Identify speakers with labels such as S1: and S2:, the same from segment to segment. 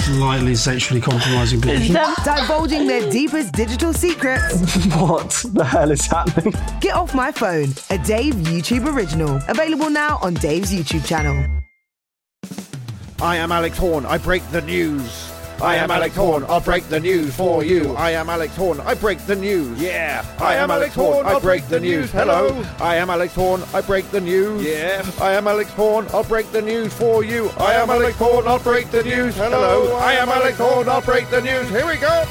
S1: Slightly sexually compromising people.
S2: Divulging their deepest digital secrets,
S3: what the hell is happening?
S2: Get Off My Phone, a Dave YouTube original. Available now on Dave's YouTube channel.
S4: I am Alex Horn. I break the news. I am Alex Horn. I'll break the news for you. I am Alex Horn. I break the news. Yeah. I am Alex Horn. I break the news. Hello. I am Alex Horn. I break the news. Yeah. I am Alex Horn. I'll break the news for you. I am Alex Horn. I'll break the news. Hello. I am Alex Horn. I'll break the news. Here we go.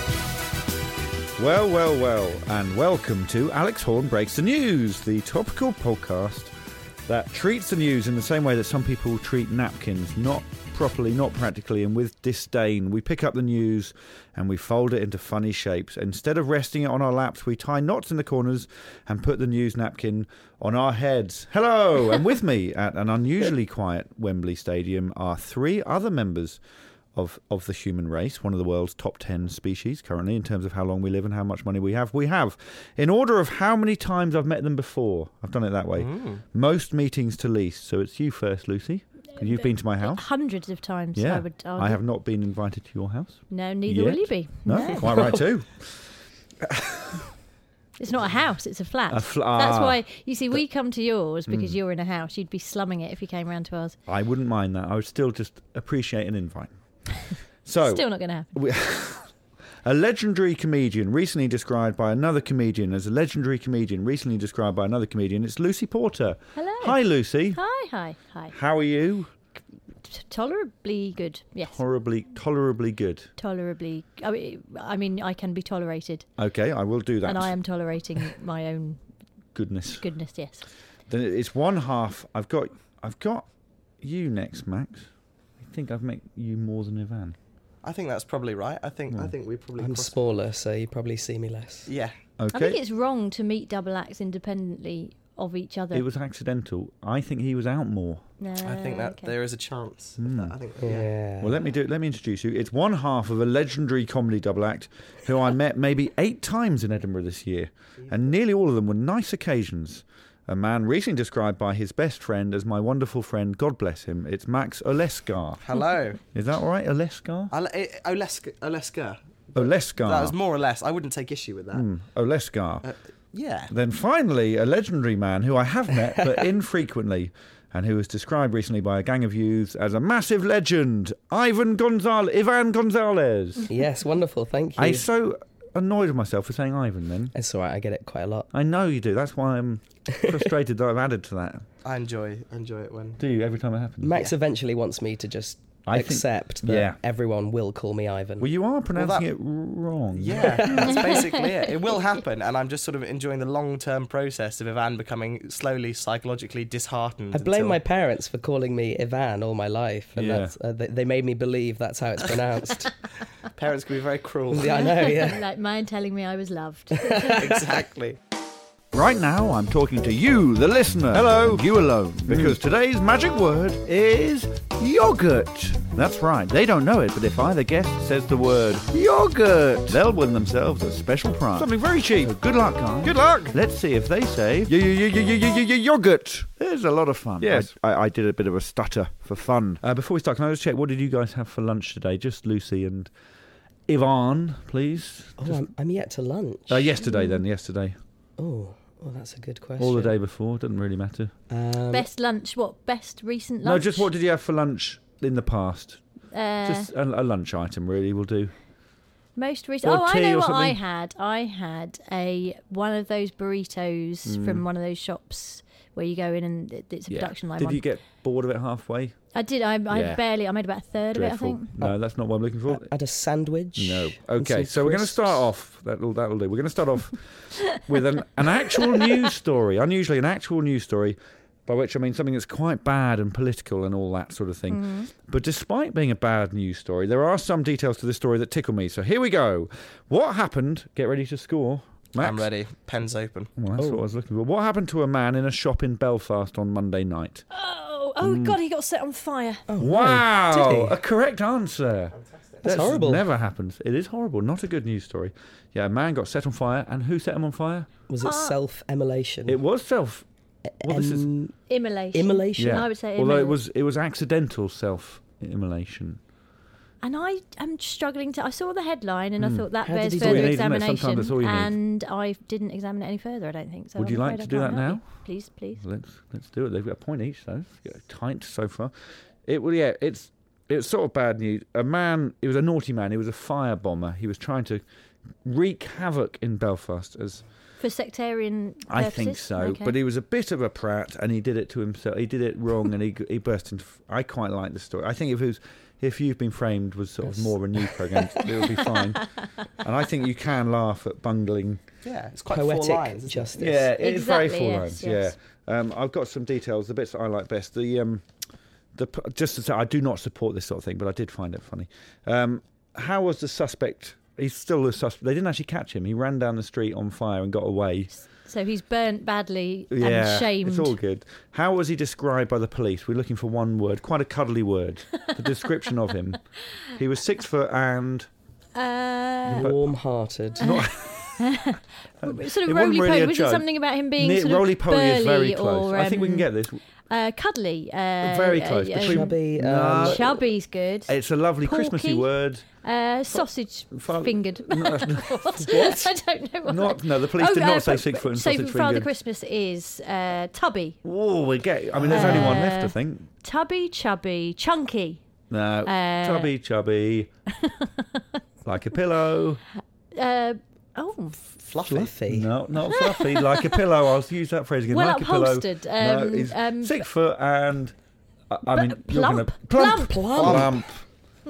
S4: Well, well, well, and welcome to Alex Horn Breaks the News, the topical podcast that treats the news in the same way that some people treat napkins, not properly, not practically, and with disdain. We pick up the news and we fold it into funny shapes. Instead of resting it on our laps, we tie knots in the corners and put the news napkin on our heads. Hello! and with me at an unusually quiet Wembley Stadium are three other members of, of the human race, one of the world's top 10 species currently in terms of how long we live and how much money we have. We have, in order of how many times I've met them before, I've done it that way, most meetings to least. So it's you first, Lucy. 'cause You've been to my house.
S5: Hundreds of times.
S1: Yeah,
S5: I would. Argue.
S1: I have not been invited to your house.
S5: No, neither
S1: yet.
S5: will you be.
S1: No, quite right too.
S5: It's not a house. It's a flat.
S1: A fl-
S5: That's
S1: ah. Hmm.
S5: why you see we come to yours because you're in a house. You'd be slumming it if you came round to ours.
S1: I wouldn't mind that. I would still just appreciate an invite. So,
S5: Still not going to happen.
S1: a legendary comedian recently described by another comedian as a legendary comedian recently described by another comedian. It's Lucy Porter.
S5: Hello.
S1: Hi, Lucy.
S5: Hi, hi, hi.
S1: How are you?
S5: T- tolerably good. Yes.
S1: Horribly, tolerably good.
S5: tolerably. I mean, I mean, I can be tolerated,
S1: Okay, I will do that.
S5: and I am tolerating my own
S1: Goodness.
S5: goodness. Yes.
S1: Then it's one half. I've got, I've got you next, Max. I think I've met you more than Ivan.
S6: I think that's probably right. I think I think we probably
S7: I'm
S6: cross-
S7: smaller, so you probably see me less.
S6: yeah.
S1: Okay.
S5: I think it's wrong to meet double acts independently of each other.
S1: it was accidental. I think he was out more.
S5: No,
S6: I think that
S5: Uh, okay.
S6: there is a chance. of that. I think yeah.
S7: Yeah.
S1: Well, let me do. Let me introduce you. It's one half of a legendary comedy double act, who I met maybe eight times in Edinburgh this year, and nearly all of them were nice occasions. A man recently described by his best friend as my wonderful friend, God bless him. It's Max Oleskar.
S6: Hello.
S1: Is that all right, Oleskar?
S6: Ale- eh, Oleska. Oleska. That was
S1: Oleskar.
S6: more or less. I wouldn't take issue with that. Uh,
S1: Oleskar.
S6: Yeah.
S1: Then finally, a legendary man who I have met but infrequently, and who was described recently by a gang of youths as a massive legend, Ivan Gonzalez, Ivan Gonzalez.
S7: Yes, wonderful. Thank you.
S1: I'm so annoyed with myself for saying Ivan. Then
S7: It's all right. I get it quite a lot.
S1: I know you do. That's why I'm frustrated that I've added to that.
S6: I enjoy enjoy it when
S1: Do you every time it happens?
S7: Max eventually wants me to just
S1: I think-
S7: accept that
S1: yeah.
S7: everyone will call me Ivan.
S1: well, you are pronouncing
S6: that-
S1: it wrong.
S6: Yeah, that's basically it. It will happen, and I'm just sort of enjoying the long-term process of Ivan becoming slowly psychologically disheartened.
S7: I blame
S6: until-
S7: my parents for calling me Ivan all my life, and
S1: Yeah.
S7: that's, uh, they, they made me believe that's how it's pronounced.
S6: parents can be very cruel.
S7: yeah, I know. Yeah.
S5: like mine telling me I was loved.
S6: exactly.
S1: Right now, I'm talking to you, the listener. Hello. Hmm. You alone. Because today's magic word is yogurt. That's right. They don't know it, but if either guest says the word yogurt, they'll win themselves a special prize. Something very cheap. good luck, guys. Good luck. Let's see if they say y- y- y- y- y- y- yogurt. There's a lot of fun. Yes. I, I, I did a bit of a stutter for fun. Uh, before we start, can I just check, what did you guys have for lunch today? Just Lucy and Yvonne, please.
S7: Oh, I'm, I'm yet to lunch.
S1: Uh, yesterday, then. Yesterday.
S7: Oh, oh, that's a good question.
S1: All the day before. Doesn't really matter.
S7: Um,
S5: best lunch. What best recent lunch?
S1: No, just what did you have for lunch in the past?
S5: Uh,
S1: Just a, a lunch item, really, will do.
S5: most recent.
S1: or
S5: Oh, I
S1: tea or
S5: know what I
S1: something?
S5: had. I had a one of those burritos from one of those shops where you go in and it- it's a
S1: Mm. Yeah.
S5: production line
S1: Did
S5: one.
S1: you get bored of it halfway?
S5: I did. I, I
S1: Yeah.
S5: barely. I made about a third
S1: Dreadful.
S5: of it. I think. Uh,
S1: No, that's not what I'm looking for.
S7: Add a sandwich.
S1: No.
S7: and
S1: Okay,
S7: some
S1: so we're going to
S7: crisps.
S1: start off. That'll that'll do. We're going to start off with an an actual news story. Unusually, an actual news story, by which I mean something that's quite bad and political and all that sort of thing.
S5: Mm-hmm.
S1: But despite being a bad news story, there are some details to this story that tickle me. So here we go. What happened? Get ready to score. Max?
S6: I'm ready. Pen's open.
S1: Well, that's what I was looking for. What happened to a man in a shop in Belfast on Monday night?
S5: Oh, oh
S1: Mm.
S5: God! He got set on fire.
S7: Oh,
S1: wow!
S7: Did he?
S1: A correct answer. That's,
S7: horrible.
S1: Never happens. It is horrible. Not a good news story. Yeah, a man got set on fire, and who set him on fire?
S7: Was it self-immolation?
S1: It was self. Well, this is
S7: Em-
S5: Immolation.
S7: immolation.
S1: yeah.
S5: I would say
S1: Although it
S5: immol-
S1: was it was accidental self immolation.
S5: And I am struggling to. I saw the headline
S1: Mm.
S5: and I thought that
S7: How did
S5: bears
S7: he do
S5: further
S7: it?
S1: That's all you need, isn't it? Sometimes
S5: examination.
S1: that's all you need.
S5: And I didn't examine it any further. I don't think so.
S1: Would
S5: I'm
S1: you like
S5: afraid
S1: to
S5: I
S1: do
S5: can't
S1: that now?
S5: help you. Please, please.
S1: Let's let's do it. They've got a point each though. It's tight so far. It well yeah, it's it's sort of bad news. A man he was a naughty man, he was a fire bomber. He was trying to wreak havoc in Belfast as
S5: For sectarian purposes.
S1: I think so.
S5: Okay.
S1: But he was a bit of a prat, and he did it to himself. He did it wrong, and he he burst into. f- I quite like the story. I think if it was, if you've been framed was sort of more of a news program, it would be fine. And I think you can laugh at bungling.
S6: Yeah, it's quite four lines.
S7: Poetic
S6: isn't it?
S7: justice.
S1: Yeah, it's very
S5: Exactly,
S1: full
S5: yes,
S1: lines.
S5: yes.
S1: Yeah, um, I've got some details. The bits that I like best. The um, the p- just to say, I do not support this sort of thing, but I did find it funny. Um, how was the suspect? He's still a suspect. They didn't actually catch him. He ran down the street on fire and got away.
S5: So he's burnt badly
S1: Yeah,
S5: and shamed.
S1: it's all good. How was he described by the police? We're looking for one word, quite a cuddly word. The description of him. He was six foot and
S5: Uh,
S7: Warm-hearted.
S5: sort
S1: it
S5: of
S1: wasn't really
S5: roly
S1: a
S5: poly. Was it
S1: joke.
S5: something about him being
S1: near,
S5: sort of
S1: roly poly is very
S5: burly
S1: close.
S5: or
S1: I think we can
S5: um,
S1: get this.
S5: uh, cuddly? Uh,
S1: Very close.
S5: Uh,
S1: Between-
S7: Chubby.
S1: No.
S7: Um,
S5: chubby's good.
S1: It's a lovely Christmassy
S5: Porky?
S1: word.
S5: Uh, sausage
S1: Fa-
S5: fingered.
S1: No, no,
S5: what? I don't know what. Oh, uh,
S1: Not- no, the police did not say six foot and
S5: so
S1: sausage
S5: Father
S1: fingered.
S5: Christmas is uh, tubby,
S1: oh, we get. I mean, there's only one left, I
S5: Uh,
S1: think.
S5: tubby, chubby, chunky,
S1: No,
S5: uh,
S1: chubby, chubby, like a pillow.
S5: uh, oh,
S6: Fluffy.
S7: Fluffy.
S1: No, not fluffy, like a pillow. I'll use that phrase again.
S5: Well
S1: like a pillow.
S5: upholstered,
S1: No,
S5: um,
S1: he's
S5: um,
S1: six foot and. I- I mean, you're gonna-
S5: plump,
S1: plump,
S5: plump.
S1: plump.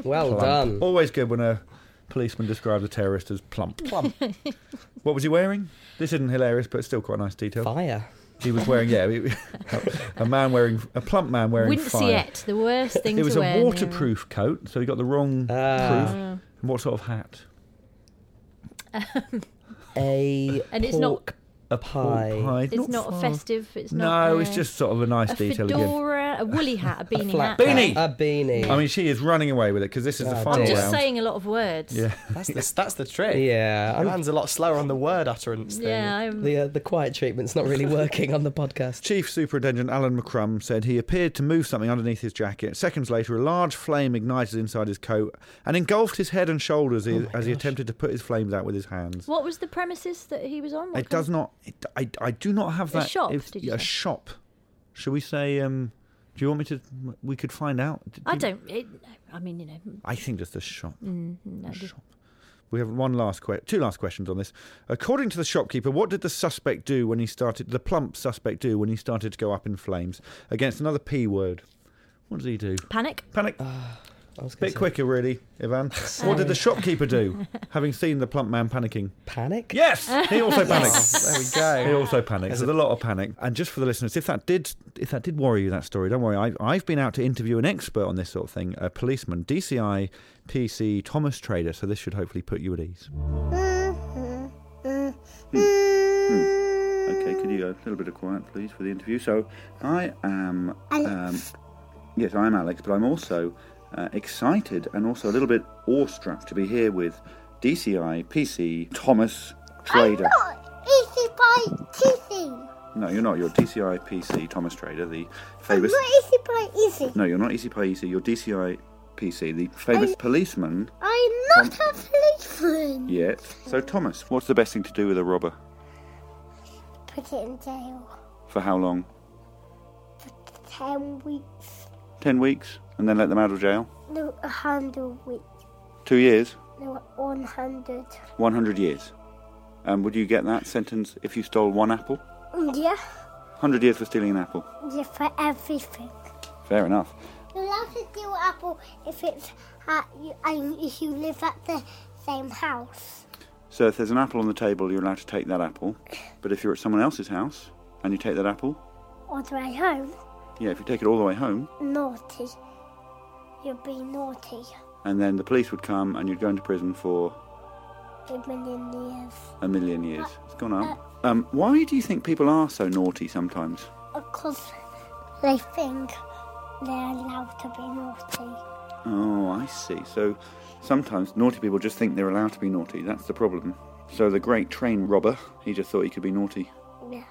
S7: Well
S1: Plump.
S7: done.
S1: Always good when a policeman describes a terrorist as plump. Plump. what was he wearing? This isn't hilarious, but it's still quite a nice detail.
S7: Fire.
S1: He was wearing, yeah, he- a man wearing a plump man wearing fire.
S5: Winciette, the worst thing
S1: It was
S5: to
S1: a
S5: wear. Uh. in the era.
S1: waterproof coat, so he got the wrong proof.
S7: Ah,
S1: And what sort of hat?
S7: a
S5: And it's not-
S7: pork a pie.
S1: Pie.
S5: It's not,
S1: far-
S5: festive. It's not.
S1: No,
S5: uh,
S1: it's just sort of a nice
S5: a
S1: detail again.
S5: fedora, a woolly hat, a beanie
S7: Flat
S5: hat.
S7: cap.
S1: Beanie!
S7: A beanie.
S1: I mean, she is running away with it because this is the
S7: Oh,
S1: final
S7: dear.
S5: Just
S1: round.
S5: saying a lot of words.
S1: Yeah.
S6: That's the, that's the trick.
S7: yeah. I'm-
S6: Man's a lot slower on the word utterance thing.
S5: Yeah, I'm,
S7: the uh, the quiet treatment's not really working on the podcast.
S1: Chief Superintendent Alan McCrum said he appeared to move something underneath his jacket. Seconds later, a large flame ignited inside his coat and engulfed his head and shoulders as, as he attempted to put his flames out with his hands.
S5: What was the premises that he was on? What
S1: It does
S5: kind
S1: not. It, I, I do not have
S5: A
S1: that.
S5: shop, did you
S1: a
S5: say?
S1: shop. Should we say? Um, do you want me to? We could find out. Do-
S5: I
S1: do-
S5: don't. It, I mean, you know, mm,
S1: I think just a shop.
S5: no, just-
S1: shop. We have one last que- two last questions on this. According to the shopkeeper, what did the suspect do when he started? The plump suspect do when he started to go up in flames against another P word. What does he do?
S5: panic.
S1: Panic.
S7: Ah, I was gonna
S1: Bit
S7: say
S1: quicker, really, Ivan. What did the shopkeeper do, having seen the plump man panicking?
S7: Panic.
S1: Yes, he also panicked.
S6: Yes. There we
S1: He
S6: go.
S1: also panicked. There's a lot of panic. And just for the listeners, if that did, if that did worry you, that story, don't worry. I've, I've been out to interview an expert on this sort of thing, a policeman, DCI PC Thomas Trader. So this should hopefully put you at ease. Hmm. Okay, could you a little bit of quiet, please, for the interview? So I am. Um, yes, I'm Alex, but I'm also uh, excited and also a little bit awestruck to be here with DCI PC Thomas Trader.
S8: Oh, Easy by Easy.
S1: No, you're not. You're DCI PC Thomas Trader, the
S8: I'm
S1: famous.
S8: not easy by easy.
S1: No, you're
S9: E
S1: not Easy Pie Easy. You're DCI PC, the famous policeman.
S8: I'm not a policeman.
S1: Yet. So, Thomas, what's the best thing to do with a robber?
S8: Put it in jail
S1: For how long?
S8: for ten weeks.
S1: Ten weeks, and then let them out of jail.
S8: No, a hundred weeks.
S1: Two years,
S8: No, one hundred.
S1: one hundred years. And would you get that sentence if you stole one apple?
S8: Mm, Yeah.
S9: 100 years for stealing an apple.
S8: Yeah, for everything.
S9: Fair enough.
S8: You'll have to deal with Apple if it's at you, and if you live at the same house.
S9: So if there's an apple on the table, you're allowed to take that apple. But if you're at someone else's house and you take that apple,
S8: On the way home,
S9: yeah, if you take it all the way home,
S8: naughty. You'll be naughty.
S9: and then the police would come and you'd go into prison for
S8: A million years.
S9: a million years. It's gone up. Um, why do you think people are so naughty sometimes?
S8: Because they think they're allowed to be naughty.
S9: Oh, I see. So sometimes naughty people just think they're allowed to be naughty. That's the problem. So the great train robber, he just thought he could be naughty.
S8: Yeah.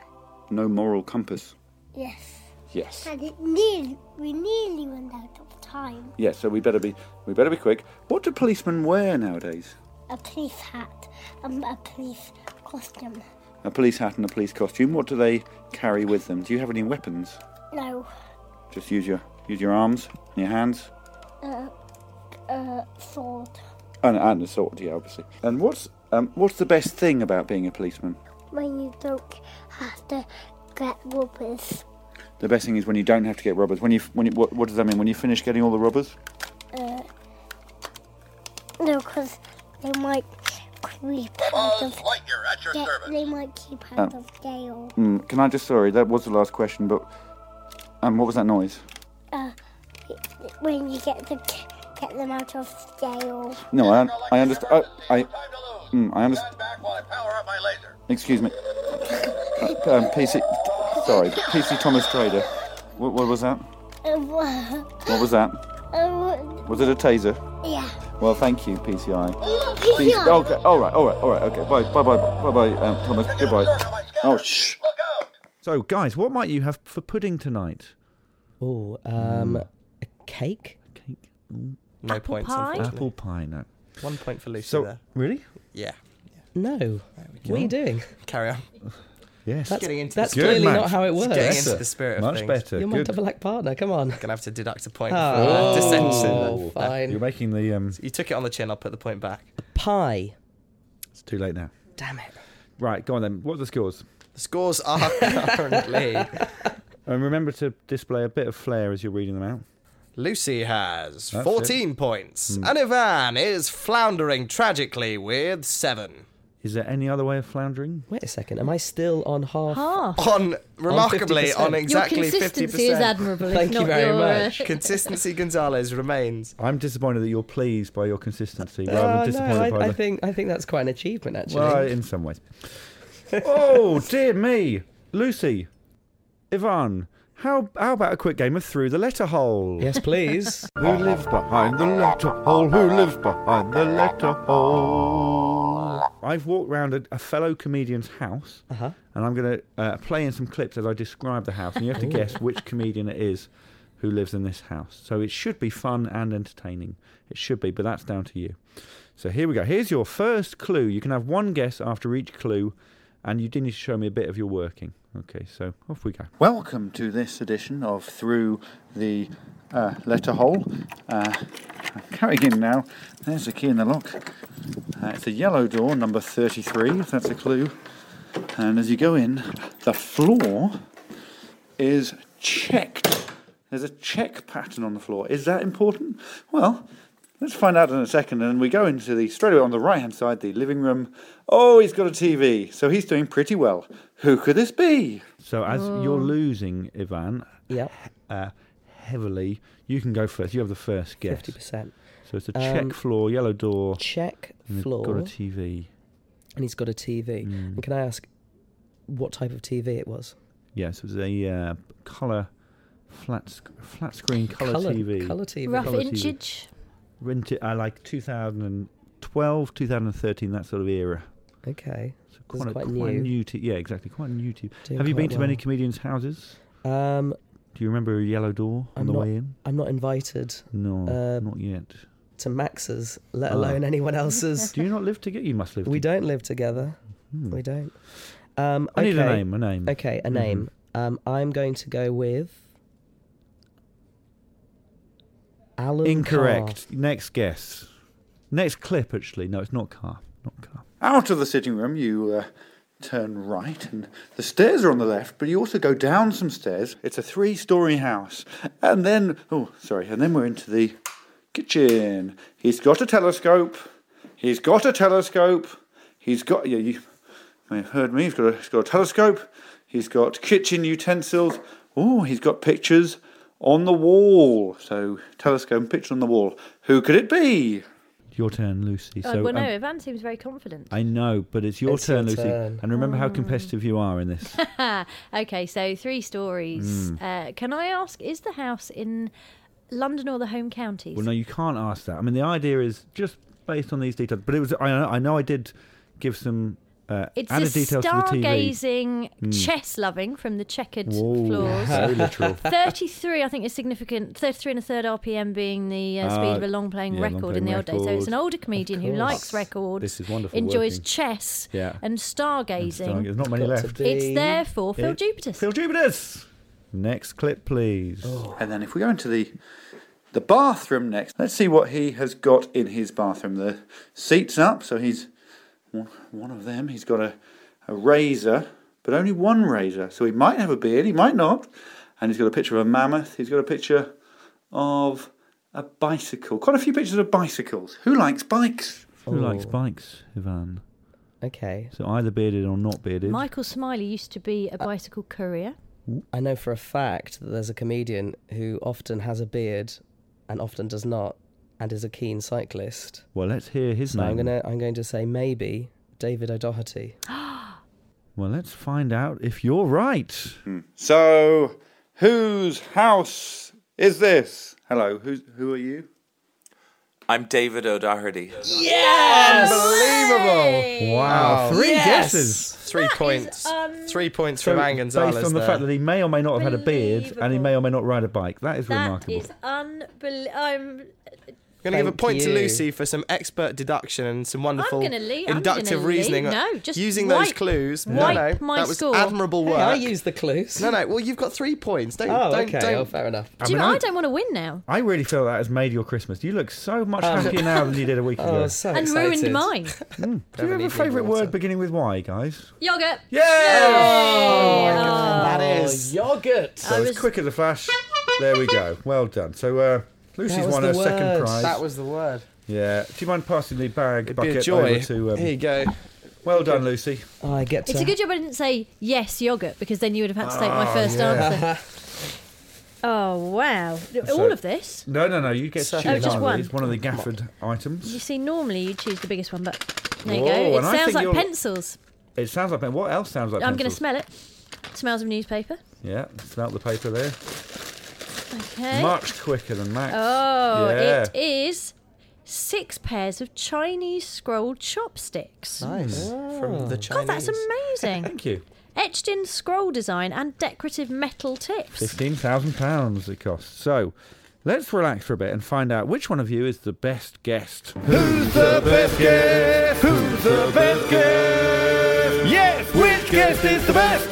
S9: No moral compass.
S8: Yes.
S9: Yes.
S8: And it nearly, we nearly ran out of time.
S9: Yes. so we better be we better be quick. What do policemen wear nowadays?
S8: A police hat and a police costume.
S9: A police hat and a police costume. What do they carry with them? Do you have any weapons?
S8: No.
S9: Just use your use your arms and your hands
S8: Uh, uh, sword.
S9: and and a sword, yeah, obviously. And what's um, what's the best thing about being a policeman?
S8: When you don't have to get robbers.
S9: The best thing is when you don't have to get robbers. When you when you, what, what does that mean? When you finish getting all the robbers?
S8: Uh, no, because they might creep out of. get- they might keep out
S9: Um,
S8: of jail.
S9: Mm, can I just sorry that was the last question, but um, what was that noise?
S8: Uh, when you get the get them out of jail.
S9: No, I I understand. I mm, I understand. Excuse me. Uh, um, PC, sorry, PC Thomas Trader. What, what was that?
S8: Um,
S9: What was that?
S8: um,
S9: Was it a taser?
S8: yeah.
S9: Well, thank you, PCI. Please,
S8: Yeah.
S9: okay, all right, all right, all right, okay. Bye, bye, bye, bye, bye, um, Thomas. Goodbye. Oh, shh.
S1: So, guys, what might you have for pudding tonight?
S7: Oh, um, a cake?
S1: Cake.
S6: No
S5: Apple
S6: points,
S5: pie?
S6: unfortunately.
S1: Apple pie, no.
S6: One point for Lucy
S1: So,
S6: there.
S1: really?
S6: Yeah.
S7: No. What are you doing?
S6: Carry on.
S1: Yes.
S7: That's,
S6: getting into
S7: that's
S1: the- Good
S7: clearly
S1: match.
S7: not how it
S6: It's
S7: works.
S6: getting into the spirit of
S1: Much
S6: things.
S1: better.
S7: You're my
S1: Good.
S7: double act partner. Come on.
S6: Gonna have to deduct a point
S7: Oh,
S6: for dissension. No.
S7: fine.
S1: You're making the. Um,
S6: You took it on the chin. I'll put the point back.
S7: Pie.
S1: it's too late now.
S7: Damn it.
S1: Right, go on then. What are the scores?
S6: The scores are currently
S1: And remember to display a bit of flair as you're reading them out.
S6: Lucy has
S1: That's Hmm.
S6: 14 points, and Ivan is floundering tragically with seven.
S1: Is there any other way of floundering?
S7: Wait a second. Am I still on
S1: Oh,
S7: half?
S5: Half.
S6: On remarkably, on,
S7: 50%.
S6: exactly
S5: Ah, Your
S6: 50%.
S5: consistency is admirable. if
S7: Thank you
S5: not
S7: very
S5: your, uh,
S7: much.
S6: Consistency Gonzalez remains.
S1: I'm disappointed that you're pleased by your consistency rather
S7: Uh,
S1: than
S7: no,
S1: disappointed
S7: I,
S1: by
S7: I
S1: the.
S7: think I think that's quite an achievement actually.
S1: well, in some ways. oh dear me, Lucy, Ivan, how how about a quick game of through the letter hole?
S7: yes, please.
S3: Who lives behind the letter hole? Who lives behind the letter hole?
S1: I've walked round a, a fellow comedian's house,
S7: Uh-huh.
S1: and I'm going to uh, play in some clips as I describe the house, and you have to guess which comedian it is who lives in this house. So it should be fun and entertaining. It should be, but that's down to you. So here we go. Here's your first clue. You can have one guess after each clue, and you do need to show me a bit of your working. Okay, so off we go.
S9: Welcome to this edition of Through the uh, Letter Hole. Uh, I'm carrying in now. There's the key in the lock. Uh, it's a yellow door, number 33, if that's a clue. And as you go in, the floor is checked. There's a check pattern on the floor. Is that important? Well, let's find out in a second. And we go into the straight away on the right hand side, the living room. Oh, he's got a TV, so he's doing pretty well. Who could this be?
S1: So as
S7: Hmm.
S1: you're losing, Ivan,
S7: Yep.
S1: uh, heavily, you can go first. You have the first guess.
S7: Fifty percent. Um,
S1: So it's a check floor, yellow door,
S7: Check
S1: and they've
S7: floor,
S1: got a Hmm. TV.
S7: and he's got a TV. And can I ask what type of TV it was?
S1: Yes, it was a uh, color flat sc- flat screen color,
S7: Colour
S1: TV.
S7: Color TV.
S5: Rough
S1: Quality.
S5: inchage.
S1: Rented uh, like 2012, 2013, that sort of era.
S7: Okay.
S1: So
S7: This is
S1: quite, a-
S7: quite
S1: quite
S7: new.
S1: new. T- yeah, exactly. Quite new. T-
S7: Doing
S1: have you been
S7: quite
S1: to many
S7: well.
S1: comedians' houses?
S7: Um,
S1: Do you remember a yellow door on
S7: I'm
S1: the
S7: Uh, not-
S1: way in?
S7: I'm not invited
S1: No,
S7: uh,
S1: not yet.
S7: to Max's, let
S1: Ah.
S7: alone anyone else's.
S1: Do you not live together? You must live.
S7: we
S1: to-
S7: don't live together.
S1: Hmm.
S7: We don't. Um,
S1: I need a
S7: okay.
S1: name. A name. Mm-hmm.
S7: Okay, a name. Um, I'm going to go with Alan.
S1: Incorrect. Next guess. Next clip, actually. No, it's not car. Not car.
S9: Out of the sitting room, you uh, turn right, and the stairs are on the left, but you also go down some stairs. It's a three story house. And then, oh, sorry, and then we're into the kitchen. He's got a telescope. He's got a telescope. He's got, yeah, you may have heard me, he's got a, he's got a telescope. He's got kitchen utensils. Oh, he's got pictures on the wall. So, telescope and picture on the wall. Who could it be?
S1: Your turn, Lucy.
S5: Oh,
S1: so,
S5: well, no,
S1: um,
S5: Evan seems very confident.
S1: I know, but it's your
S7: It's
S1: turn,
S7: your
S1: Lucy.
S7: turn.
S1: And remember
S5: Mm.
S1: how competitive you are in this.
S5: okay, so three stories.
S1: Hmm.
S5: Uh, can I ask, is the house in London or the home counties?
S1: Well, no, you can't ask that. I mean, the idea is just based on these details. But it was I, I know I did give some uh,
S5: It's
S1: added
S5: a
S1: details to the TV.
S5: stargazing,
S1: Mm.
S5: chess loving from the checkered
S1: Whoa,
S5: floors.
S1: so literal.
S5: 33, I think, is significant. 33 and a third RPM being the uh, speed
S10: Ah,
S5: of a long playing
S10: yeah,
S5: record
S10: long-playing
S5: in the old days. So it's
S10: record.
S5: an older comedian who
S10: course.
S5: likes records,
S10: This is wonderful
S5: enjoys
S10: working.
S5: chess
S1: Yeah.
S5: and stargazing.
S1: There's not many left.
S5: It's therefore Phil
S1: It-
S5: Jupiter.
S1: Phil Jupiter's. Next clip, please.
S9: Oh. And then if we go into the the bathroom next, let's see what he has got in his bathroom. The seat's up, so he's one, one of them. He's got a, a razor, but only one razor. So he might have a beard, he might not. And he's got a picture of a mammoth. He's got a picture of a bicycle. Quite a few pictures of bicycles. Who likes bikes?
S1: Who likes bikes, Ivan?
S7: Okay.
S1: So either bearded or not bearded.
S5: Michael Smiley used to be
S1: Uh,
S5: a bicycle courier.
S7: I know for a fact that there's a comedian who often has a beard and often does not and is a keen cyclist.
S1: Well, let's hear his
S7: So I'm
S1: name.
S7: going to I'm going to say maybe David O'Doherty.
S1: Well, let's find out if you're right.
S9: So, whose house is this? Hello, who's, who are you?
S11: I'm David O'Doherty.
S9: Yes!
S6: Unbelievable! Oh,
S1: Wow, three guesses.
S6: Three points.
S5: um,
S6: Three points
S1: So,
S6: from Ann Gonzalez.
S1: based on the
S6: there.
S1: fact that he may or may not have had a beard and he may or may not ride a bike, that is
S5: That
S1: remarkable.
S5: is unbelievable. I'm
S6: I'm going to give a
S1: Thank
S6: point to
S1: you.
S6: Lucy for some expert deduction and some wonderful
S5: gonna lea- I'm
S6: inductive
S5: gonna
S6: reasoning.
S5: lea- no, just
S6: using those
S5: wipe-
S6: clues. no, no,
S5: wipe my
S6: that was
S5: score.
S6: admirable
S5: Hey,
S6: work.
S5: I
S7: used the clues.
S6: No, no. Well, you've got three points. Don't.
S7: Oh,
S6: don't,
S7: okay.
S6: Don't,
S7: Oh, fair enough.
S1: I
S5: Do you
S1: mean,
S5: know,
S1: I-
S5: I don't want to win now.
S1: I really feel that has made your Christmas. You look so much
S6: Oh.
S7: Um,
S1: happier now than you did a week ago.
S5: and ruined mine.
S1: Do you have a favourite word beginning with Y, guys?
S5: Yogurt.
S1: Yay!
S5: Oh,
S7: yogurt.
S1: That was quick as a flash. There we go. Well done. So uh, Lucy's won her second prize.
S6: That was the word.
S1: Yeah. Do you mind passing the bag
S6: It'd be
S1: bucket
S6: a joy.
S1: over to? um,
S6: Here you go.
S1: Well done, Lucy.
S7: Oh, I get
S5: It's a good job I didn't say yes, yogurt, because then you would have had to take my
S1: Oh,
S5: first
S1: yeah.
S5: answer. Oh, wow. All
S1: So-
S5: of this?
S1: No, no, no. You get to
S5: Oh,
S1: choose
S5: just
S1: one.
S5: one.
S1: It's one of the Gafford items.
S5: You see, normally you choose the biggest one, but there you
S1: Whoa,
S5: go. It
S1: and I
S5: sounds
S1: think
S5: like
S1: you're-
S5: pencils.
S1: It sounds like pen. What else sounds like
S5: I'm going to
S1: pencils?
S5: smell it. Smells of newspaper.
S1: Yeah, smelt the paper there.
S5: Okay.
S1: Much quicker than Max.
S5: Eh? Oh,
S1: yeah.
S5: it is six pairs of Chinese scrolled chopsticks.
S6: Nice. From the Chinese.
S5: God, that's amazing.
S1: Thank you.
S5: Etched in scroll design and decorative metal tips.
S1: Fifteen thousand pounds it costs. So, let's relax for a bit and find out which one of you is the best guest. Who's the best guest? Who's the best guest? Yes, which guest is the best?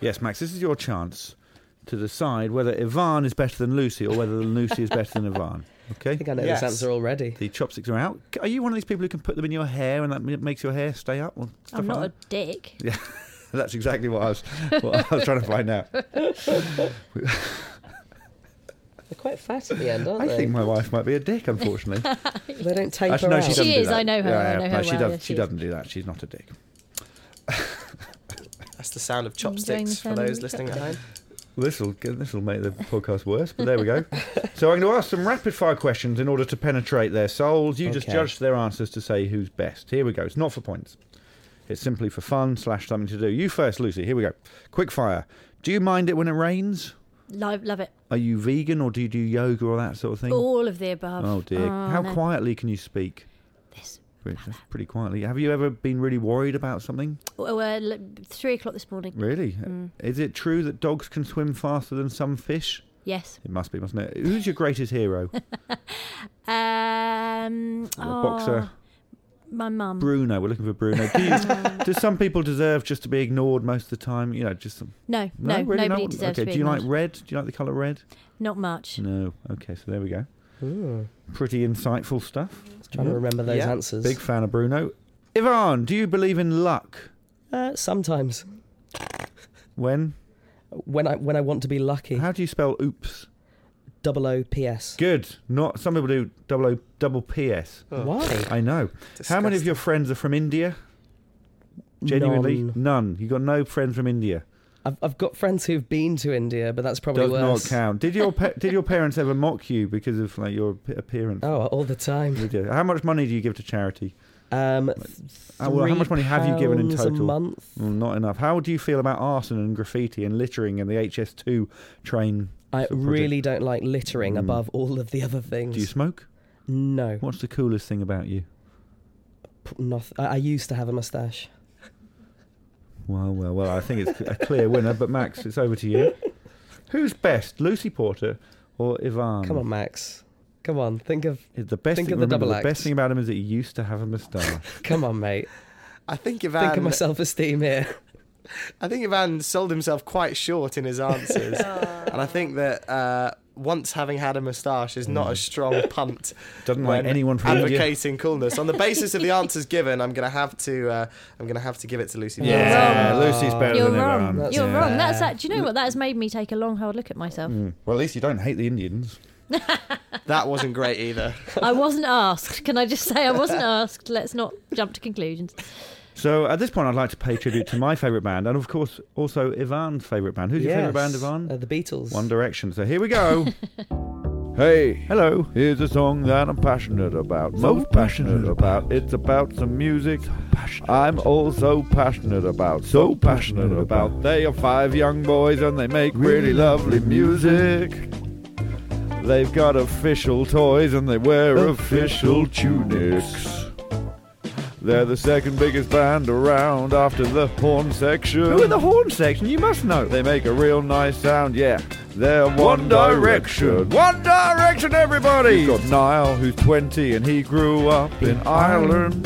S1: Yes, Max, this is your chance to decide whether Ivan is better than Lucy or whether Lucy is better than Ivan. Okay. I think I
S7: know this Yes. answer already.
S1: The chopsticks are out. Are you one of these people who can put them in your hair and that m- makes your hair stay up? Well, stuff
S5: I'm
S1: like
S5: not
S1: that?
S5: a dick.
S1: Yeah, that's exactly what I was what I was trying to find out.
S7: They're quite fat at the end, aren't
S1: I
S7: they?
S1: think my wife might be a dick, unfortunately.
S7: they don't taper
S1: Actually, no,
S7: out.
S1: she doesn't do
S5: is,
S1: that.
S5: I know her,
S1: Yeah,
S5: I
S1: yeah,
S5: know
S1: no,
S5: her
S1: she
S5: well,
S1: does.
S5: yes,
S1: she
S5: she is.
S1: doesn't do that. She's not a dick.
S6: That's the sound of
S5: Enjoying the
S6: chopsticks for
S5: sound of
S6: those
S5: the
S6: listening at home.
S5: chopsticks.
S1: This will this will make the podcast worse, but there we go. so I'm going to ask some rapid fire questions in order to penetrate their souls. You just
S7: Okay.
S1: judge their answers to say who's best. Here we go. It's not for points. It's simply for fun slash something to do. You first, Lucy. Here we go. Quick fire. Do you mind it when it rains?
S5: Love, love it.
S1: Are you vegan or do you do yoga or that sort of thing?
S5: All of the above.
S1: Oh dear.
S5: Oh,
S1: How
S5: no.
S1: quietly can you speak? Pretty, that's pretty quietly. Have you ever been really worried about something?
S5: Oh, uh, l- three o'clock this morning.
S1: Really?
S5: Mm.
S1: Is it true that dogs can swim faster than some fish?
S5: Yes.
S1: It must be, mustn't it? Who's your greatest hero?
S5: Um, oh,
S1: A boxer.
S5: My mum.
S1: Bruno. We're looking for Bruno. Do, you, do some people deserve just to be ignored most of the time? You know, just some.
S5: No, no,
S1: really?
S5: nobody deserves
S1: okay,
S5: to be
S1: do you like
S5: ignored.
S1: red? Do you like the colour red?
S5: Not much.
S1: No. Okay, so there we go.
S7: Hmm.
S1: Pretty insightful stuff.
S7: trying to remember those answers.
S1: Big fan of Bruno. Ivan, do you believe in luck?
S7: Uh, sometimes.
S1: When?
S7: When I when I want to be lucky.
S1: How do you spell oops?
S7: Double O P S.
S1: Good. Not some people do double O double P S.
S7: Oh. Why?
S1: I know. How many of your friends are from India? Genuinely,
S7: None.
S1: none. You got no friends from India.
S7: I've I've got friends who've been to India, but that's probably
S1: Does
S7: worse.
S1: not count. Did your pa- did your parents ever mock you because of like your ap- appearance?
S7: Oh, all the time.
S1: They do. How much money do you give to charity?
S7: Um,
S1: How- uh, well, how much money have you given in
S7: £3 a
S1: total?
S7: month.
S1: Mm, not enough. How do you feel about arson and graffiti and littering and the HS2 train? sort
S7: I
S1: of project?
S7: really don't like littering
S1: Mm.
S7: above all of the other things.
S1: Do you smoke?
S7: No.
S1: What's the coolest thing about you?
S7: P- noth- I, I used to have a mustache.
S1: Well, well, well. I think it's a clear winner. But Max, it's over to you. Who's best, Lucy Porter or Ivan?
S7: Come on, Max. Come on, think of
S1: The best
S7: think
S1: thing,
S7: of
S1: remember,
S7: the double
S1: the
S7: act.
S1: best thing about him is that he used to have a moustache.
S7: Come on, mate.
S6: I think Ivan.
S7: Think of my self-esteem here.
S6: I think Ivan sold himself quite short in his answers, and I think that uh, once having had a moustache is not a strong punt.
S1: Doesn't like
S6: when
S1: anyone from India.
S6: advocating coolness. On the basis of the answers given, I'm gonna have to. Uh, I'm gonna have to give it to Lucy. Vance.
S1: Yeah, You're wrong. Lucy's better
S5: You're
S1: than
S5: wrong.
S1: everyone. That's
S5: You're wrong.
S1: fair.
S5: That's that. Do you know what? That has made me take a long, hard look at myself.
S1: Mm. Well, at least you don't hate the Indians.
S6: that wasn't great either.
S5: I wasn't asked. Can I just say I wasn't asked? Let's not jump to conclusions.
S1: So at this point, I'd like to pay tribute to my favourite band, and of course, also Ivan's favourite band. Who's your favourite band,
S7: Yes,
S1: Ivan?
S7: uh, the Beatles.
S1: One Direction. So here we go. hey, hello. Here's a song that I'm passionate about. Most passionate about. It's about some music. I'm also passionate about. So passionate about. They are five young boys and they make really lovely music. They've got official toys and they wear official tunics. They're the second biggest band around after the horn section. Who are the horn section? You must know. They make a real nice sound, yeah. They're One Direction. One Direction, everybody! You've got Niall, who's 20, and he grew up in Ireland.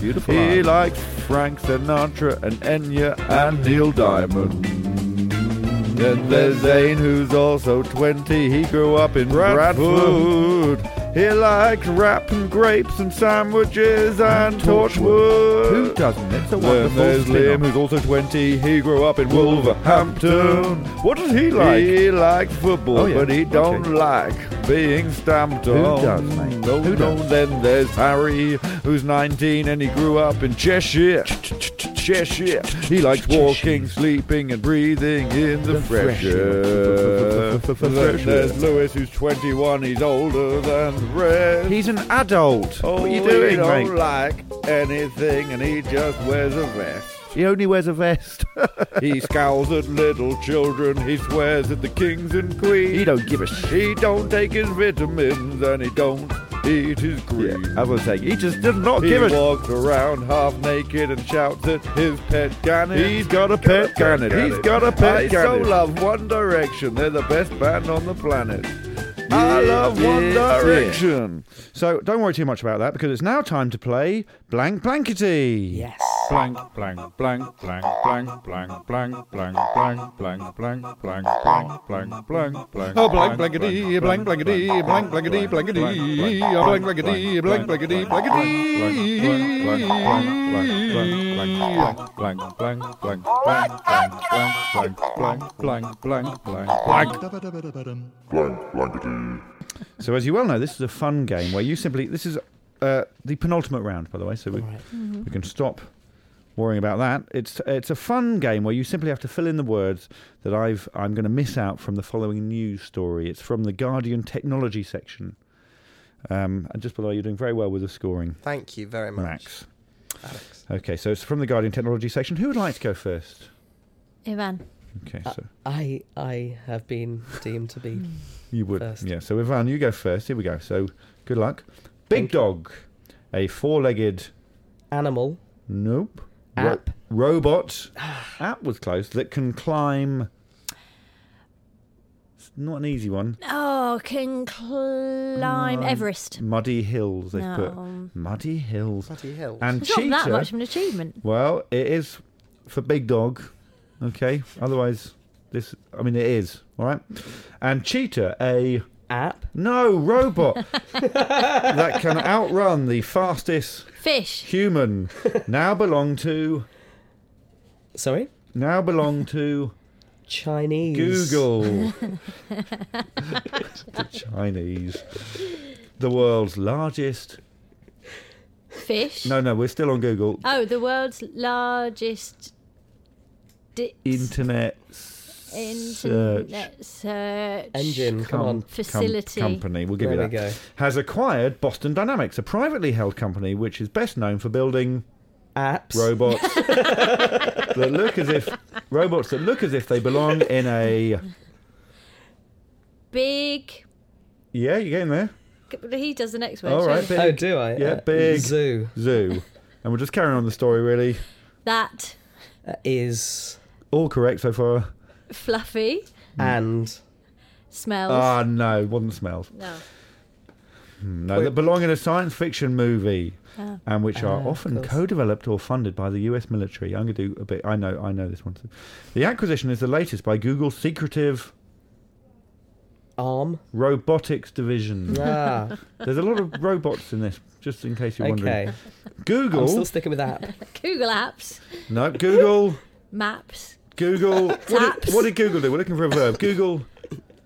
S1: Beautiful. He likes Frank Sinatra and Enya and Neil Diamond. Then there's Zane, who's also 20. He grew up in Bradford. He likes rap and grapes and sandwiches and, torchwood. Who doesn't? It's a
S4: wonderful
S1: Then there's
S4: spin-off.
S1: Liam, who's also 20. He grew up in Wolverhampton. What does he
S4: like?
S1: He likes football,
S4: Oh, yeah.
S1: but he don't
S4: Okay.
S1: like being stamped
S4: Who
S1: on.
S4: does,
S1: mate? No, no. Then there's Harry, who's 19 and he grew up in Cheshire. Cheshire. He likes walking, sleeping, and breathing in the fresh air. Then There's Lewis, who's 21. He's older than the rest. He's an adult. Oh,
S4: What are you
S1: he
S4: doing,
S1: don't
S4: mate?
S1: like anything, and he just wears a vest. He only wears a vest. he scowls at little children. He swears at the kings and queens. He don't give a shit. He don't take his vitamins and he don't eat his green. I was saying, he just does not
S4: give a sh-
S1: He walks around half naked and shouts at his pet gannet. He's got a pet gannet. He's got a pet
S4: gannet.
S1: I so love One Direction. They're the best band on the planet. I love One
S4: yeah.
S1: Direction. So don't worry too much about that because it's now time to play Blank Blankety. Yes. Blank, blank, blank, blank, blank, blank, blank, blank, blank, blank, blank, blank, blank, blank, blank, blank.
S4: Oh, blank blankety, blank blankety, blank blankety, blankety, oh, blank blankety, blank blankety, blankety.
S1: blank, blank, blank, blank, blank, blank, blank, blank, blank,
S10: Blank blankety.
S1: So, as you well know, this is a fun game where you simply this is uh, the penultimate round, by the way. So we,
S4: Mhm.
S1: we can stop worrying about that. It's it's a fun game where you simply have to fill in the words that I've I'm going to miss out from the following news story. It's from the Guardian technology section. Um, and just by the way, you're doing very well with the scoring.
S6: Thank you very much.
S1: Max. Okay, so it's from the Guardian technology section. Who would like to go first?
S5: Ivan.
S1: Okay,
S7: Uh,
S1: so
S7: I I have been deemed to be.
S1: You would. Yeah. So Ivan, you go first. Here we go. So good luck. Big dog, a four-legged
S7: animal.
S1: Nope. Ro-
S7: App.
S1: robot.
S5: Ah.
S1: app was close. That can climb. It's not an easy one.
S5: Oh, can climb Everest.
S1: Muddy hills. They've
S5: No.
S1: put muddy hills.
S6: Muddy hills.
S1: And
S5: It's
S1: cheetah.
S5: not that much of an achievement.
S1: Well, it is for big dog. Okay. Otherwise, this. I mean, it is. All right. And cheetah, a
S7: app.
S1: No robot that can outrun the fastest
S5: Fish.
S1: human. Now belong to
S7: Sorry?
S1: Now belong to
S7: Chinese.
S1: Google. the Chinese. The world's largest.
S5: Fish.
S1: No, no, we're still on Google.
S5: Oh, the world's largest di-
S1: Internet
S5: internet search
S1: com- com-
S5: facility
S1: company. We'll give you that. Has acquired Boston Dynamics, a privately held company which is best known for building
S7: apps,
S1: robots that look as if robots that look as if they belong in a.
S5: Big.
S1: Yeah, you're getting there.
S5: He does the next word.
S1: All right.
S5: surely.
S1: Big,
S7: Oh,
S1: Yeah,
S7: Uh,
S1: big zoo. Zoo. And we're just carrying on the story. Really,
S5: That
S7: Uh, is
S1: all correct so far.
S5: fluffy
S1: Hmm.
S7: and
S5: smells.
S1: Ah, no, wasn't smells.
S5: no.
S1: Hmm, No, that belong in a science fiction movie,
S5: Oh.
S1: and which are
S7: Ah, of
S1: often
S7: course.
S1: co-developed or funded by the U.S. military. I'm going to do a bit. I know, I know this one. Too. The acquisition is the latest by Google's secretive
S7: arm
S1: robotics division.
S7: Ah.
S1: There's a lot of robots in this, just in case you're
S7: Okay.
S1: wondering. Google.
S7: I'm still sticking with that.
S5: Google Apps,
S1: no, Google.
S5: Maps,
S1: Google. what, did, what did Google do? We're looking for a verb. Google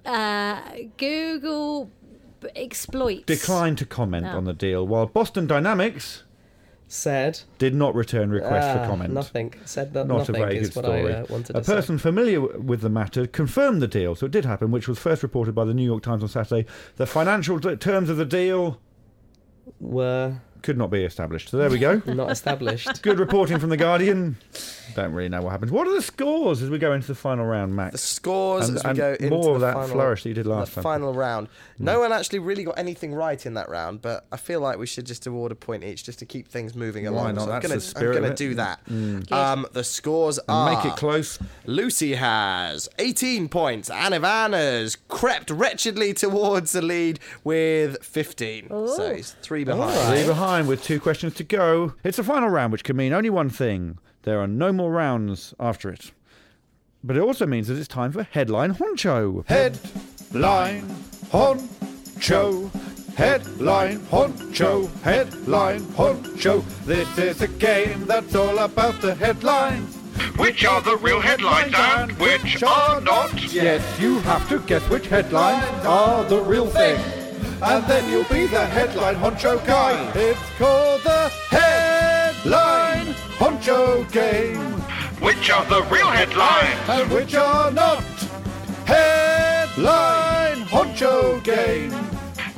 S5: uh, Google b- exploits.
S1: declined to comment
S5: No.
S1: on the deal, while Boston Dynamics
S7: said
S1: did not return request
S7: Ah,
S1: for comment.
S7: Nothing. Said that
S1: not a
S7: nothing
S1: very
S7: is
S1: good
S7: what
S1: story.
S7: I uh, wanted
S1: a
S7: to say.
S1: person familiar w- with the matter confirmed the deal, so it did happen, which was first reported by the New York Times on Saturday. The financial d- terms of the deal
S7: were
S1: could not be established. So there we go.
S7: Not established.
S1: Good reporting from the Guardian. Don't really know what happens. What are the scores as we go into the final round, Max? The
S6: scores
S1: and,
S6: as we
S1: and
S6: go into
S1: more of
S6: the
S1: that
S6: final,
S1: flourish that you did
S6: the
S1: last time. Mm.
S6: final round. No one actually really got anything right in that round, but I feel like we should just award a point each just to keep things moving
S1: Why
S6: along.
S1: not?
S6: So I'm
S1: That's
S6: gonna,
S1: the spirit
S6: I'm
S1: of
S6: gonna
S1: it.
S6: do that.
S1: Mm.
S6: Um, the scores
S1: And
S6: are.
S1: make it close.
S6: Lucy has 18 points, and Ivana's crept wretchedly towards the lead with 15. So he's three behind.
S1: Three behind with two questions to go. It's the final round, which can mean only one thing. There are no more rounds after it. But it also means that it's time for Headline Honcho.
S4: Headline Honcho. Headline Honcho. Headline Honcho. This is a game that's all about the headlines. Which are the real headlines and which are not? Yes, you have to guess which headlines are the real thing. And then you'll be the headline honcho guy. It's called the headline honcho game. Which are the real headlines and which are not? Headline Honcho Game.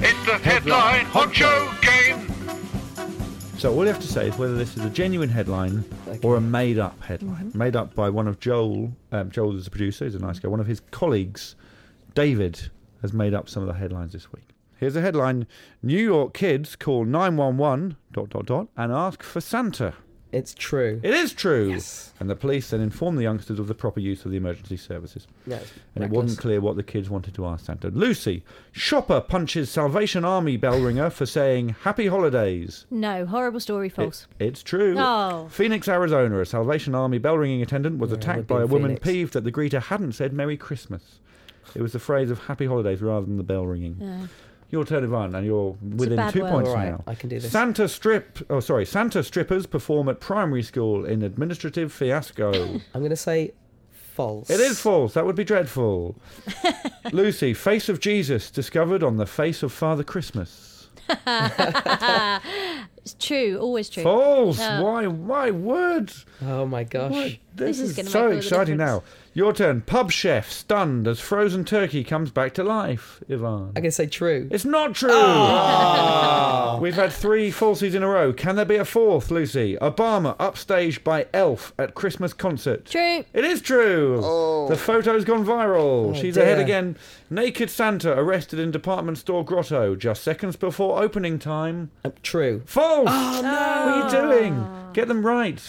S4: It's the Headline Honcho Game.
S1: So all you have to say is whether this is a genuine headline or a made-up headline, made up by one of Joel. Um, Joel is a producer; he's a nice guy. One of his colleagues, David, has made up some of the headlines this week. Here's a headline: New York kids call 911 dot dot dot and ask for Santa.
S7: It's true.
S1: It is true. And the police then inform the youngsters of the proper use of the emergency services.
S7: Yeah,
S1: and it
S7: it's
S1: wasn't
S7: reckless.
S1: clear what the kids wanted to ask Santa. Lucy, shopper punches Salvation Army bell ringer for saying "Happy Holidays."
S5: No, horrible story,
S1: It-
S5: false.
S1: it's true.
S5: Oh.
S1: Phoenix, Arizona, a Salvation Army bell ringing attendant was attacked
S7: would be
S1: by a
S7: in
S1: woman
S7: Phoenix.
S1: peeved that the greeter hadn't said Merry Christmas. It was the phrase of Happy Holidays rather than the bell ringing.
S7: Yeah.
S1: Your turn, Ivan, and you're within
S7: bad
S1: two
S7: word.
S1: points
S7: All right,
S1: now.
S7: I can do this.
S1: Santa strip. Oh, sorry. Santa strippers perform at primary school in administrative fiasco.
S7: I'm going to say false.
S1: it is false. That would be dreadful. Lucy, face of Jesus discovered on the face of Father Christmas.
S5: It's true, always true.
S1: False.
S5: No.
S1: Why? Why words?
S7: Oh my gosh!
S1: This,
S5: This is
S1: is,
S5: gonna
S1: so
S5: make all the
S1: exciting now.
S5: difference.
S1: Your turn. Pub chef stunned as frozen turkey comes back to life. Ivan.
S7: I can say true.
S1: It's not true.
S5: Ah!
S1: We've had three falsies in a row. Can there be a fourth, Lucy? Obama upstaged by Elf at Christmas concert.
S5: True.
S1: It is true. The photo's gone viral.
S7: Oh,
S1: She's
S7: dear.
S1: ahead again. Naked Santa arrested in department store grotto just seconds before opening time.
S7: Um, true.
S1: False.
S7: Oh,
S1: What are you doing? Get them right.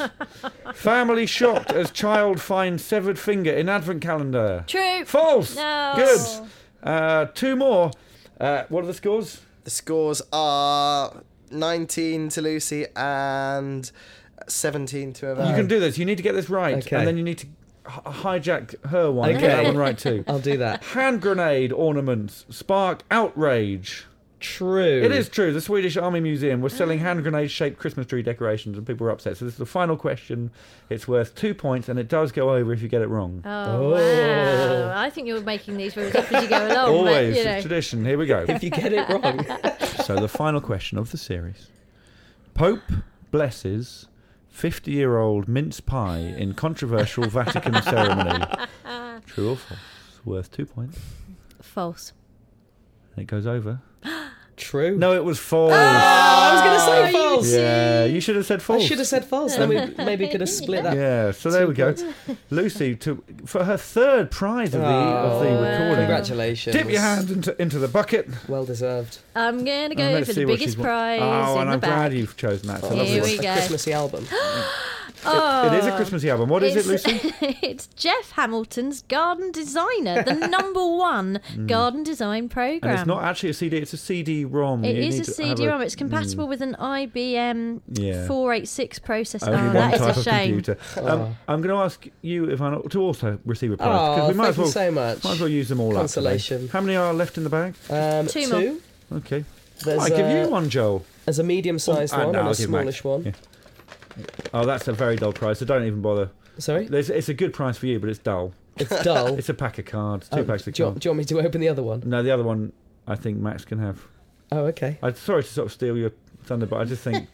S1: Family shocked as child finds severed finger in advent calendar.
S5: True.
S1: False.
S5: No.
S1: Good. Uh, two more. Uh, what are the scores?
S6: The scores are 19 to Lucy and 17 to Evan.
S1: You can do this. You need to get this right,
S6: Okay.
S1: and then you need to hi- hijack her one. and Get
S6: Okay.
S1: that one right too.
S7: I'll do that.
S1: Hand grenade ornaments spark outrage.
S7: true.
S1: It is true. The Swedish Army Museum was selling hand grenade shaped Christmas tree decorations and people were upset. So this is the final question. It's worth two points and it does go over if you get it wrong.
S5: Oh, wow. I think you're making these rules up as you go along.
S1: Always.
S5: But, you know.
S1: It's tradition. Here we go.
S5: If you get it wrong.
S1: so the final question of the series Pope blesses 50 year old mince pie in controversial Vatican ceremony. True or false? Worth two points.
S5: False.
S1: And it goes over.
S7: True. Oh,
S1: No, it was false.
S5: Oh,
S7: I was going to say false.
S1: Yeah, you should have said false.
S7: I should have said false. Then we maybe could have split that.
S1: Yeah, so there we go. Lucy to for her third prize of the of the
S7: Oh,
S1: recording.
S7: congratulations.
S1: Dip your hand into into the bucket.
S7: Well deserved.
S5: I'm going to
S1: And
S5: go
S1: let's
S5: for
S1: see
S5: the
S1: what
S5: biggest
S1: she's won.
S5: prize
S1: Oh,
S5: in
S1: and
S5: the
S1: I'm
S5: back.
S1: glad you've chosen that. It's a
S5: Here
S1: lovely
S5: we
S1: one.
S5: go. Christmassy
S7: album.
S5: Oh,
S1: It is a Christmassy album. What is it, Lucy?
S5: it's Jeff Hamilton's Garden Designer, the number one
S1: Mm.
S5: garden design program.
S1: And it's not actually a CD. It's a CD-ROM.
S5: It
S1: You
S5: is
S1: need
S5: a
S1: to have
S5: CD-ROM. It's
S1: Mm.
S5: compatible with an IBM
S1: Yeah.
S5: 486 processor.
S1: Only
S5: oh,
S1: one
S5: that is
S1: type
S5: a
S1: of
S5: shame.
S1: computer. Um, I'm going to ask you if I to also receive a prize
S7: Oh,
S1: we might
S7: thank
S1: as well
S7: you so much.
S1: might as well use them all up.
S7: Consolation.
S1: How many are left in the bag?
S7: Um,
S5: Two
S7: two.
S5: more.
S1: Okay.
S7: There's,
S1: I give
S7: uh,
S1: you one, Joel.
S7: There's a medium-sized
S1: Oh,
S7: one
S1: no,
S7: and
S1: I'll
S7: a
S1: give Max.
S7: smallish one.
S1: Oh, that's a very dull prize. So don't even bother.
S7: Sorry.
S1: There's, it's a good prize for you, but it's dull.
S7: It's dull?
S1: it's a pack of cards. Two
S7: Oh,
S1: packs of
S7: do you,
S1: cards.
S7: do you want me to open the other one?
S1: No, the other one I think Max can have.
S7: Oh, okay.
S1: I'm sorry to sort of steal your thunder, but I just think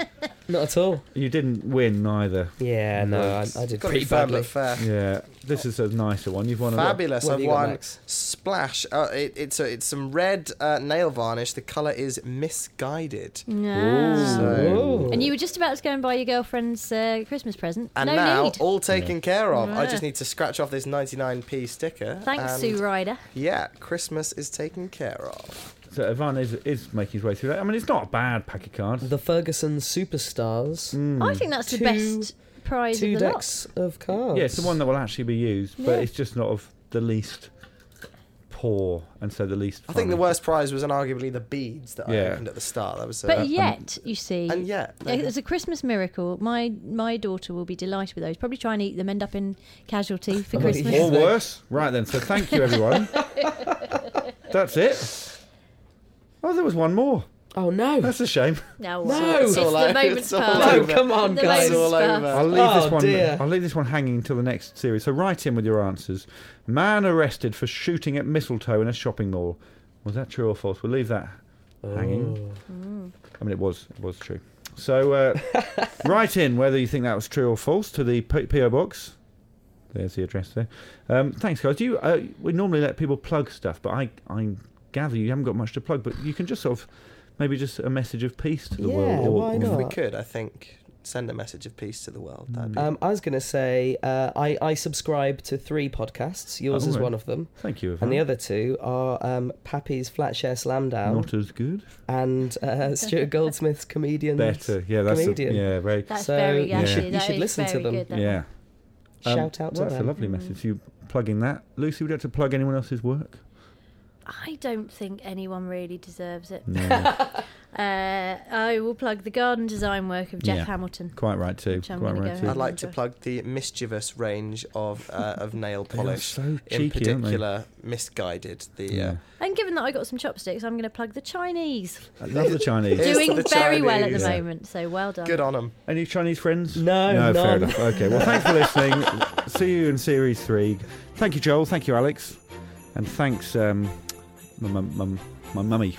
S7: Not at all.
S1: you didn't win either.
S7: Yeah, no, I- Uh, I did Gotta be pretty fair, badly. but fair.
S1: Yeah, this is a nicer one. You've won a lot.
S6: Fabulous! I've won splash. Uh, it, it's a, it's some red uh, nail varnish. The color is misguided.
S5: Mm. Yeah.
S6: So-
S5: And you were just about to go and buy your girlfriend's uh, Christmas present.
S6: And
S5: no
S6: now,
S5: need.
S6: all taken care of. I
S5: Yeah.
S6: just need to scratch off this 99p sticker.
S5: Thanks,
S6: and
S5: Sue Ryder.
S6: Yeah, Christmas is taken care of.
S1: So Ivan is, is making his way through that. I mean, it's not a bad pack of cards.
S7: The Ferguson Superstars.
S5: I think that's the
S7: Hmm, Two-
S5: best prize of
S7: Two
S5: the
S7: decks uh, of cards.
S1: Yeah, it's the one that will actually be used, but
S5: Yeah.
S1: it's just not of the least poor, and so the least.
S6: I think the
S1: fun.
S6: worst prize was unarguably the beads that
S1: Yeah.
S6: I opened at the start. That was.
S5: But
S7: um,
S6: uh,
S5: yet, you see,
S6: and yet, there you
S5: it's a Christmas miracle. My my daughter will be delighted with those. Probably try and eat them, end up in casualty
S7: Oh,
S5: for Christmas.
S1: Or worse. Right then, so thank you everyone. That's it. Oh, there was one more.
S7: Oh no.
S1: That's a shame.
S5: No,
S7: No.
S5: it's,
S7: It's all
S5: the
S7: over.
S5: moment's
S7: It's all
S5: past.
S7: over. No, come on,
S5: The
S7: guys.
S5: moment's
S7: All over.
S5: past.
S1: I'll leave
S7: Oh,
S1: this one.
S7: dear.
S1: I'll leave this one hanging till the next series. So write in with your answers. Man arrested for shooting at mistletoe in a shopping mall. Was that true or false? We'll leave that hanging.
S7: Oh.
S1: I mean, it was it was true. So uh, write in whether you think that was true or false to the P- PO box. There's the address there. Um, thanks, guys. Do you? Uh, we normally let people plug stuff, but I I gather you haven't got much to plug. But you can just sort of maybe just a message of peace to the world.
S6: go. If we could, I think, send a message of peace to the world. That'd be
S7: Um, I was going to say uh, I, I subscribe to three podcasts. Yours
S1: Oh,
S7: is
S1: right.
S7: one of them.
S1: Thank you, Ivan.
S7: And the other two are um, Pappy's Flatshare Slamdown.
S1: Not as good.
S7: And uh, Stuart Goldsmith's Comedian.
S1: Better, yeah, that's a-
S7: comedian.
S1: yeah, very- That's
S7: so
S5: very
S7: You
S5: good,
S7: should,
S5: actually,
S7: you
S5: that
S7: should
S5: is
S7: listen to
S5: very
S7: them.
S5: good, that
S1: Yeah.
S7: Shout out
S1: well,
S7: to
S1: That's Um, a
S7: them.
S5: Hmm.
S1: lovely message. You plugging that, Lucy? Would you like to plug anyone else's work?
S5: I don't think anyone really deserves it.
S1: No.
S5: uh, I will plug the garden design work of Jeff Hamilton.
S1: Quite right too.
S5: Which I'm
S1: Quite
S5: gonna
S1: right
S5: go
S1: too.
S6: I'd like to plug the mischievous range of uh, of nail
S1: are
S6: polish,
S1: so
S6: in
S1: cheeky, aren't they?
S6: particular, misguided. The uh,
S5: And given that I got some chopsticks, I'm going to plug the Chinese.
S1: I love the Chinese.
S6: It's
S5: Doing
S6: the
S5: very well at the
S6: Chinese.
S5: moment, so well done.
S6: Good on them.
S1: Any Chinese friends?
S7: No,
S1: fair
S7: none.
S1: enough. Okay, well, thanks for listening. See you in series three. Thank you, Joel. Thank you, Alex. And thanks, um, my mum, mum, my mummy.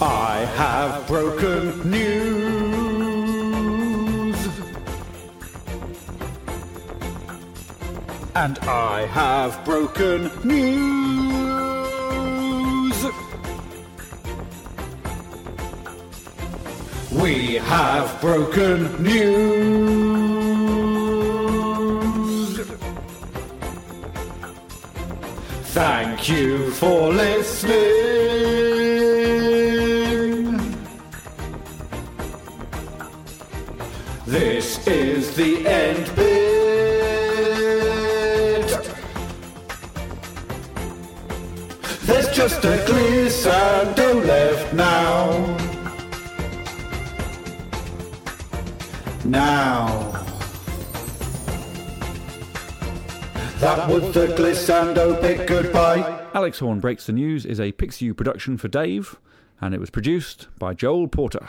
S1: I have broken news.
S12: And I have broken news. We have broken news. Thank you for listening. This is the end bit. There's just a glissando left now. Now. That was the glissando bit. Goodbye.
S1: Alex Horn Breaks the News is a Pixiu production for Dave and it was produced by Joel Porter.